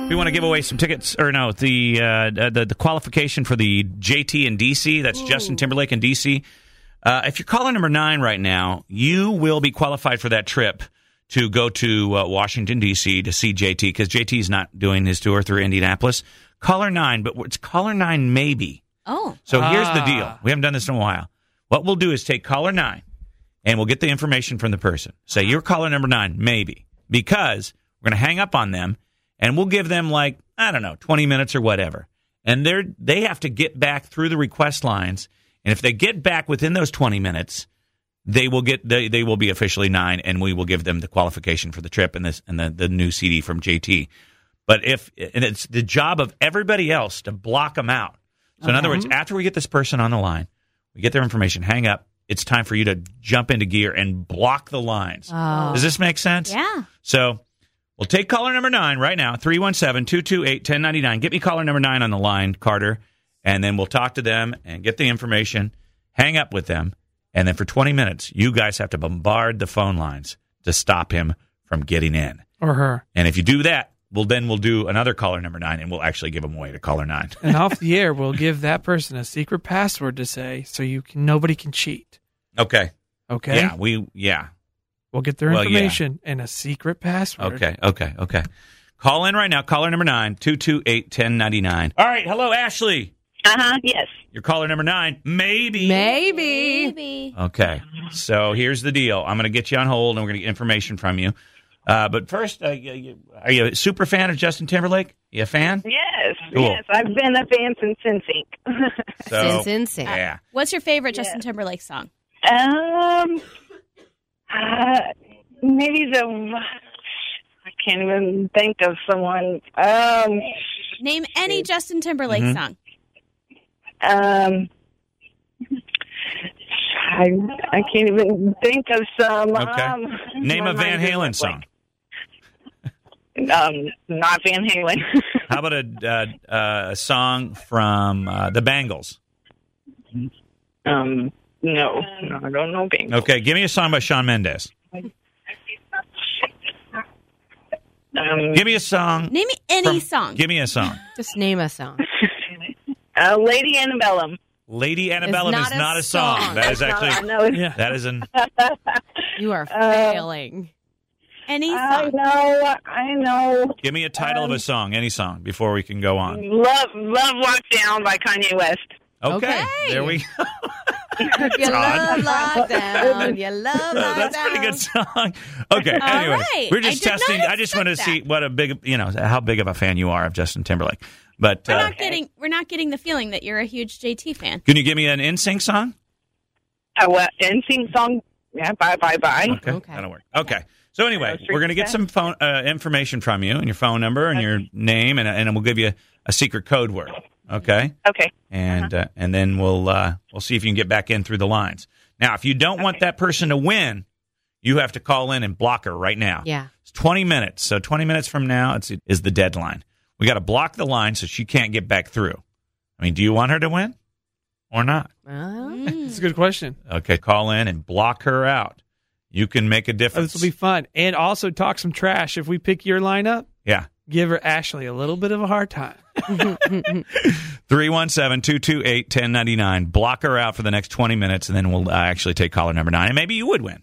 We want to give away some tickets, or no, the uh, the, the qualification for the JT and DC. That's Justin Timberlake and DC. Uh, if you're caller number nine right now, you will be qualified for that trip to go to uh, Washington D.C. to see JT because JT is not doing his tour through Indianapolis. Caller nine, but it's caller nine maybe. Oh, So here's the Ah. deal. We haven't done this in a while. What we'll do is take caller nine and we'll get the information from the person. Say, you're caller number nine, maybe, because we're going to hang up on them and we'll give them like, I don't know, 20 minutes or whatever. And they're, they have to get back through the request lines. And if they get back within those 20 minutes, they will get they, they will be officially nine and we will give them the qualification for the trip and this and the, the new CD from JT. But if and it's the job of everybody else to block them out. So in other words, after we get this person on the line, we get their information, hang up. It's time for you to jump into gear and block the lines. Oh. Does this make sense? yeah. So we'll take caller number nine right now, 317 228 1099. Get me caller number nine on the line, Carter, and then we'll talk to them and get the information, hang up with them, and then for 20 minutes, you guys have to bombard the phone lines to stop him from getting in. or her. And if you do that, well, then we'll do another caller number nine and we'll actually give him away to caller nine. And off the air, we'll give that person a secret password to say, so you can nobody can cheat. Okay. Okay, Yeah. We, yeah. we'll get their Well, yeah. information and a secret password. Okay. Okay. Okay. Call in right now. Caller number nine, 228 1099. All right. Hello, Ashley. Uh huh. Yes. Your caller number nine, maybe. Maybe. Maybe. Okay. So here's the deal. I'm going to get you on hold, and we're going to get information from you. Uh, but first, uh, you, you, are you a super fan of Justin Timberlake? You a fan? Yes. Cool. Yes. I've been a fan since NSYNC. So, Since it's- yeah. What's your favorite Yeah. Justin Timberlake song? um. Uh, maybe the. I can't even think of someone. Um. Name any Justin Timberlake Mhm. song. Um. I I can't even think of some. Okay. Um, Name a Van Halen song. Um, not Van Halen. How about a, uh, uh, a song from uh, the Bangles? um, no, no, I don't know Van. Okay, give me a song by Sean Mendes. Um, Give me a song. Name from- any song. Give me a song. Just name a song. uh, Lady Antebellum. Lady Annabellum not is a not a song. song. That is No, I actually know it's Yeah. that is an You are Uh, failing. any I song. know, I know. give me a title of a song, any song before we can go on. Love, love Walk Down by Kanye West. Okay. Okay. There we go. You Todd. love lockdown. You love Uh, that's a pretty good song. Okay, All anyway, right. we're just I did not testing. I just want to expect see what a big, you know, how big of a fan you are of Justin Timberlake. But We're uh, not getting. We're not getting the feeling that you're a huge JT fan. can you give me an NSYNC song? Uh, well, and sing song. Yeah, bye, bye, bye. Mm, Okay, Okay. that'll work. Okay. So anyway, That's we're going to get some phone uh, information from you and your phone number and your name, and and we'll give you a secret code word. Okay. Okay. and Uh-huh. uh, and then we'll uh, we'll see if you can get back in through the lines. Now, if you don't want that person to win, you have to call in and block her right now. Yeah. it's twenty minutes. So twenty minutes from now it's, is the deadline. We got to block the line so she can't get back through. I mean, do you want her to win or not? Well, Mm. It's a good question. Okay, call in and block her out. You can make a Oh, difference. this will be fun, and also talk some trash if we pick your lineup. yeah. Give her Ashley a little bit of a hard time. 317 228 1099. Block her out for the next 20 minutes, and then we'll uh, actually take caller number nine. And maybe you would win.